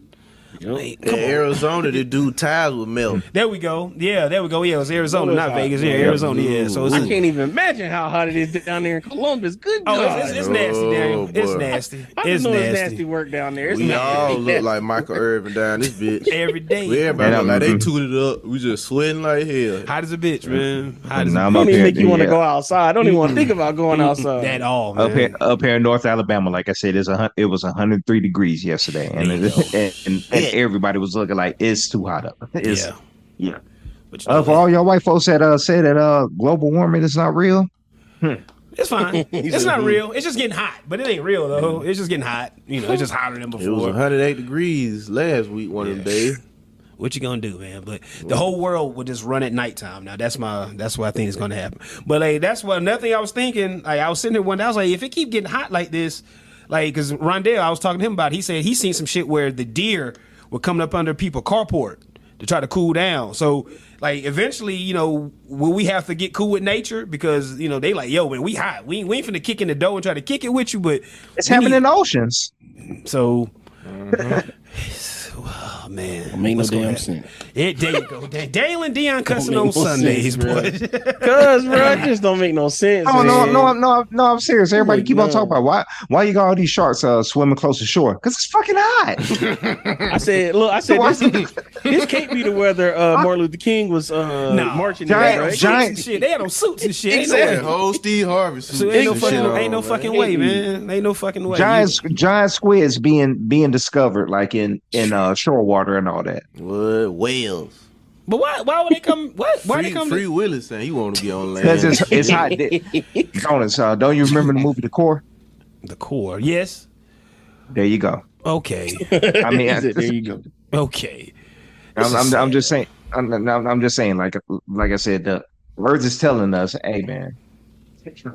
Like, In come on. Arizona, the dude tires would melt. There we go. Yeah, there we go. Yeah, it was Arizona, It was not hot, Vegas. Yeah, man. Arizona. Yeah, so it's, I can't even imagine how hot it is down there in Columbus. Good oh, God. it's, it's, it's nasty, Daniel. Oh, it's boy. nasty. I It's just know nasty. it's nasty work down there. It's We all nasty. look like Michael Irvin down this bitch. Every day. We everybody Man, look like I'm- they tooted up. We just sweating like hell. Hot as a bitch, man. Hot as And a I'm don't up even here, make you want to yeah. go outside. I don't even want to think about going outside. That all, man. Up here, up here in North Alabama, like I said, it's a hun- it was 103 degrees yesterday, and it, and, and, and everybody was looking like it's too hot up. It's, Yeah. yeah. But you know Uh, for what? all your white folks that uh, say that uh, global warming is not real, It's fine. it's "Hmm." not real. It's just getting hot, but it ain't real though. It's just getting hot. You know, it's just hotter than It was before. 108 degrees last week, one of them days. What you gonna do, man? But the whole world will just run at nighttime. Now that's my that's what I think is gonna happen. But like that's what another thing I was thinking. Like I was sitting there one day, I was like, if it keep getting hot like this, like because Rondell, I was talking to him about. it, He said he seen some shit where the deer were coming up under people carport to try to cool down. So like eventually, you know, will we have to get cool with nature because you know they like yo when we hot, we ain't- we ain't finna kick in the dough and try to kick it with you, but it's we happening need- in the oceans. so. oh man, Make no What's gonna damn happen? sense. It, there you go. Da- Dale and Dion cussing make on no sense, Sundays, bro. boy. Cause bro, it just don't make no sense. Oh no, man. no, I'm- no, I'm- no! I'm serious. Everybody my keep on God. talking about why why you got all these sharks uh, swimming close to shore because it's fucking hot. I said, look, I said Why- this, this can't be the weather. Uh, Martin Luther King was uh, Nah. marching. in, Giant- right? Suits giant- and shit. They had on suits and shit. Ain't no That way. whole Steve Harvey suit. So ain't no and fucking, shit on, ain't no man. fucking way, man. Ain't no fucking way. giant giant squids being being discovered like in in uh, shore water and all that. What whales? But why? Why would they come? What? Why Free, they come? Free Willis saying he want to be on Because land. it's it's hot. Jonas, uh, don't you remember the movie The Core? the core. Yes. There you go. Okay. I mean, uh, He said, there I'm, you go. okay. I'm, I'm just saying. I'm, I'm I'm just saying. Like like I said, the Earth is telling us, "Hey man,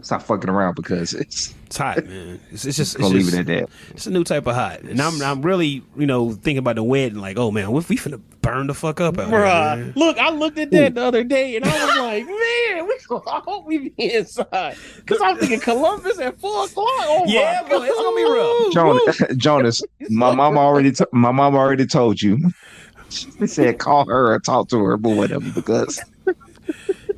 Stop fucking around because it's It's hot, man. It's, it's just, it's, gonna leave just- it at that. it's a new type of hot, and I'm I'm really you know thinking about the wedding. Like, oh man, what if we finna burn the fuck up out here, man? Bruh, uh, look, I looked at that the other day and I was like, man, we go, I hope we be inside. Because I'm thinking Columbus at four o'clock. Oh Yeah, my bro, it's gonna be rough. Jonas, Jonas, my mom already, t- my mom already told you. She said, call her or talk to her, but whatever, because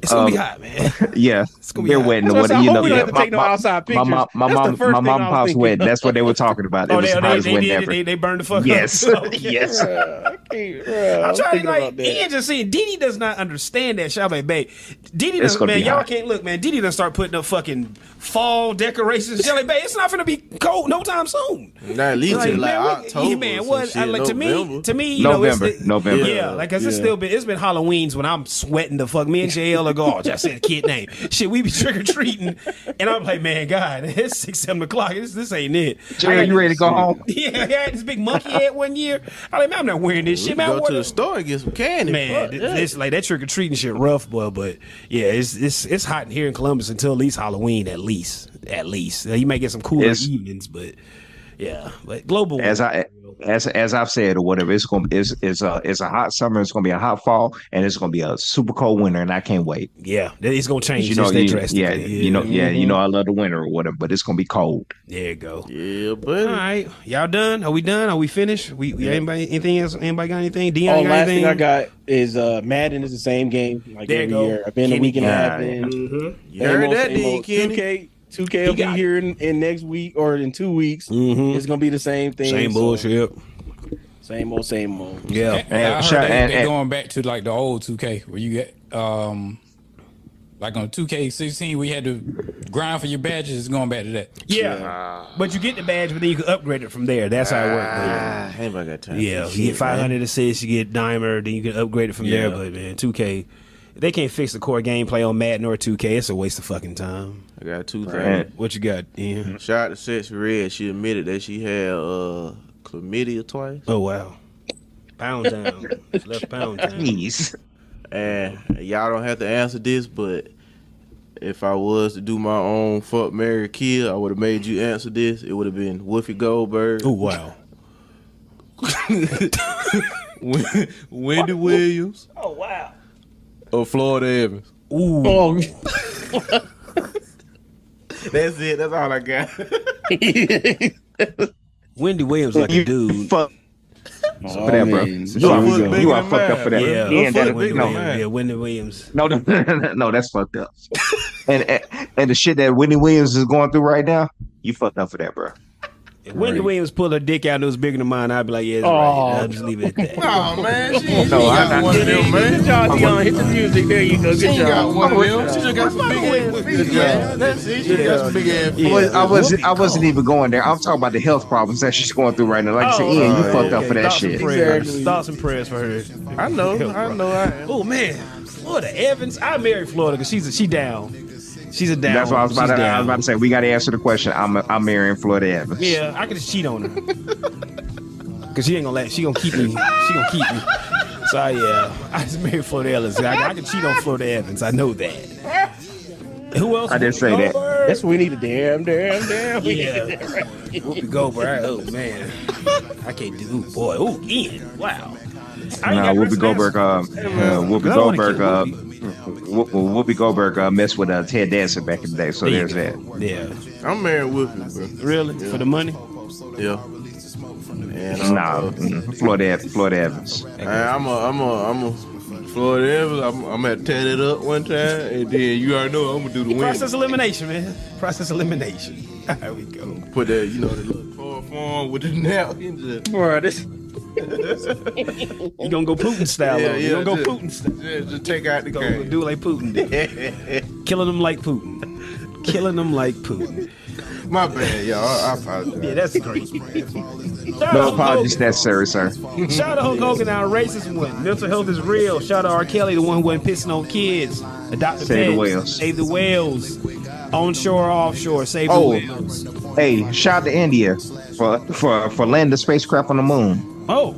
It's gonna be Um, hot, man. yeah, gonna be their hot. wedding, That's or what whatever, I said, I you hope know, we don't yeah, have to my, take no my- outside my mom, pictures. my That's the mom, first my thing mom I was pops thinking. wedding. That's what they were talking about. It Oh, was they, the they, hottest they, wedding did, ever. they, they burned the fuck yes, up. Okay. yes. I can't- bruh, I'm trying thinking to like about that. Ian just saying Didi does not understand that shit. I'm like, babe, Didi It's does gonna man, be y'all hot. can't look, man. Didi does start putting up fucking fall decorations. She's like, babe, it's not gonna be cold no time soon. Not at least Like, till like man, what- October. yeah, or man, some what? shit, I, like to me, November. to me, you know, it's November, the- November. Yeah, like 'cause it's Yeah. still been it's been Halloween's when I'm sweating the fuck. Me and JL are going, oh, just said kid name. Shit, we be trick or treating, and I'm like, man, God, it's six seven o'clock. This this ain't it. I Jared, got- you ready to go home? Yeah, I had this big monkey head one year. I like, man, I'm not wearing this We shit. can Man, I go wore to the this- store and get some candy. Man, Fuck th- that. it's like that trick or treating shit rough, boy. But yeah, it's it's it's hot here in Columbus until at least Halloween, at least, at least. Now, you may get some cooler It's- evenings, but yeah, but global. as I as as I've said or whatever, it's gonna it's it's a it's a hot summer, it's gonna be a hot fall, and it's gonna be a super cold winter, and I can't wait. yeah, that- it's gonna change. You know, It's that you- drastic. yeah, you know, yeah, you know, I love the winter or whatever, but it's gonna be cold. There you go. yeah, All buddy. right, y'all done? Are we done? Are we finished? We, we anybody anything else? Anybody got anything? Dion Oh, got last anything? thing I got is uh, Madden is the same game like There you every go. year. I've been Kenny a week and a half Galladay. in. You Mm-hmm. heard that, D, Kenny? 2K, 2K will He be got it. here in, in next week or in two weeks. Mhm. It's gonna be the same thing. Same so bullshit. Same old, same old. Yeah. And I heard shut- they, and- they and- going back to like the old 2K where you get um like on 2K16 we had to grind for your badges. It's going back to that. Yeah. But you get the badge, but then you can upgrade it from there. That's how it works. man. Ah, ain't nobody got time. for Yeah, that you get shit, man. 500 assists, you get dimer, then you can upgrade it from there. But man, 2K, they can't fix the core gameplay on Madden or 2K. It's a waste of fucking time. I got two Right. things. What you got? Ian? Shout out to Sexy Red. She admitted that she had uh, chlamydia twice. Oh wow, pound town, left pound town. Jeez. And y'all don't have to answer this, but if I was to do my own fuck Mary Kill, I would have made you answer this. It would have been Wolfie Goldberg, Oh wow, Wen- Wendy Williams. Oh wow. Or Florida Evans. ooh, Oh, That's it. That's all I got. Wendy Williams like a dude. Fuck Oh, for that, bro. man. You are, Here we go. you are fucked up for that. Yeah, Ian, that- Wendy no, Williams. yeah, Wendy Williams. no, no, no, that's fucked up. and, and and the shit that Wendy Williams is going through right now, you fucked up for that, bro. If Wendy Williams pulled her dick out and it was bigger than mine, I'd be like, yeah, it's right. I'll just leave it at that. Oh man, she ain't No, I- I- one of them, man. Good job, Dion. Hit the music. There you go. Good She ain't got job. one of them. She just got some big ass feet, man. That's it. She got some big ass feet. I was- I wasn't I wasn't even going there. I'm talking about the health problems that she's going through right now. Like I said, Ian, you Oh, fucked up okay. for that Thoughts and shit. prayers. Exactly. Thoughts and prayers for her. I know. I know. I am. Oh man, Florida Evans. I married Florida because she's a, she down. She's a down. That's what I was about She's to. I down. was about to say. We got to answer the question. I'm I'm marrying Florida Evans. Yeah, I could just cheat on her. Cause she ain't gonna let. She gonna keep me. She gonna keep me. So I, yeah, I just married Florida Evans. I, I can cheat on Florida Evans. I know that. Who else? I didn't say that. Goldberg? That's what we need a damn, damn, damn. We need Yeah. a damn. right. Whoopi Goldberg. Oh man, I can't do. Ooh, boy. Ooh, Ian. Wow. I ain't No, got Whoopi rest- Goldberg. Uh, uh, Whoopi I wanna Goldberg. keep Uh, Whoop- Whoopi Goldberg uh, messed with uh, Ted Danson back in the day. So There you there's that. go. Yeah. I'm married Wolfie, Really? For the money? bro. Yeah. And um, Nah, mm, Florida Evans. Florida Evans. I- I'm a, I'm a, I'm a Florida Evans. I'm, I'm gonna tear it up one time, and then you already know I'm gonna do the win. Process elimination, man. Process elimination. There we go. Put that, you know, the little chloroform with the napkin. Just, Bro, this- You gonna go Putin style? yeah, on. it. yeah. You gonna just, go Putin style? Just, just take out the Go game. do it like Putin did. Killing them like Putin. Killing them like Putin. My bad, y'all. I, I apologize. Yeah, that's great. Shout No out apologies necessary, sir. Hogan. Shout out Hulk Hogan, our racist one. Mental health is real. Shout out R. Kelly, the one who wasn't pissing on kids. Adopt the Save the pets. whales. Save the whales. Onshore, offshore. Save Oh. the whales. Hey, shout out to India for for for landing the spacecraft on the moon. Oh,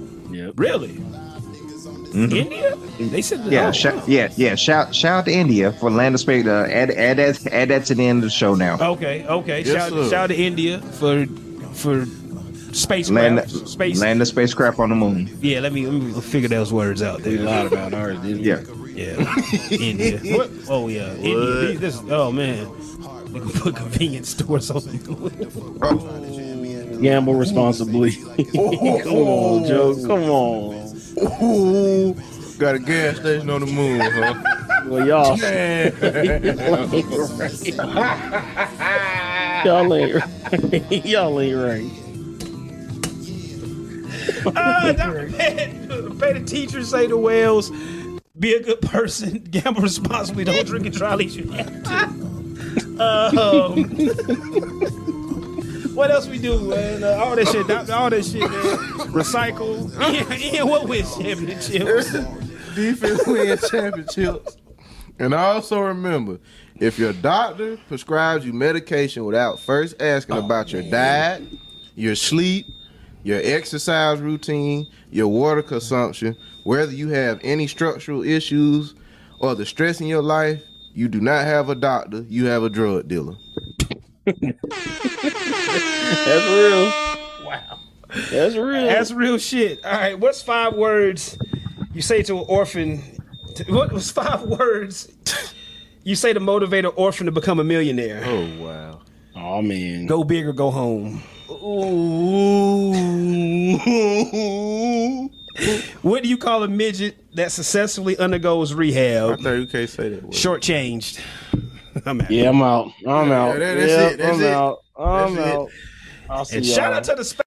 really? Oh, India? They said, Mm-hmm. Yeah, oh, shou- yeah, yeah. Shout, shout out to India for land of space. Uh, add, add that, add that to the end of the show now. Okay, okay. Yes, shout, sir. shout to India for for spacecraft, Land, space. land the spacecraft on the moon. Yeah, let me let me figure those words out. We There. lied about ours, didn't we? Yeah, Yeah, India. What? Oh yeah, India. This, this- oh man, we can put convenience stores on. Gamble responsibly. come on, Joe. Come on. Ooh, got a gas station on the moon, huh? Well, y'all, y'all ain't right. y'all ain't right. Ah, Dr. Pat, pay the teacher, say the whales, be a good person, gamble responsibly, don't drink and try unless you have to. Um, what else we do, man? Uh, all that shit, doc- all that shit, man. Recycle. Ian, Ian, what wins championships? Defense win championships. And also remember, if your doctor prescribes you medication without first asking about your diet, your sleep, your exercise routine, your water consumption, whether you have any structural issues or the stress in your life, you do not have a doctor, you have a drug dealer. That's real. Wow. That's real. That's real shit. All right, what's five words you say to an orphan? t- What was five words you say to motivate an orphan to become a millionaire? Oh wow. oh man. Go big or go home. What do you call a midget that successfully undergoes I rehab? thought you can't say that word. Shortchanged. I'm out. Yeah, I'm out. I'm out. that- that's Yep, it, that's I'm it. out. I'm That's it. out. I'll see And y'all. shout out to the. Sp-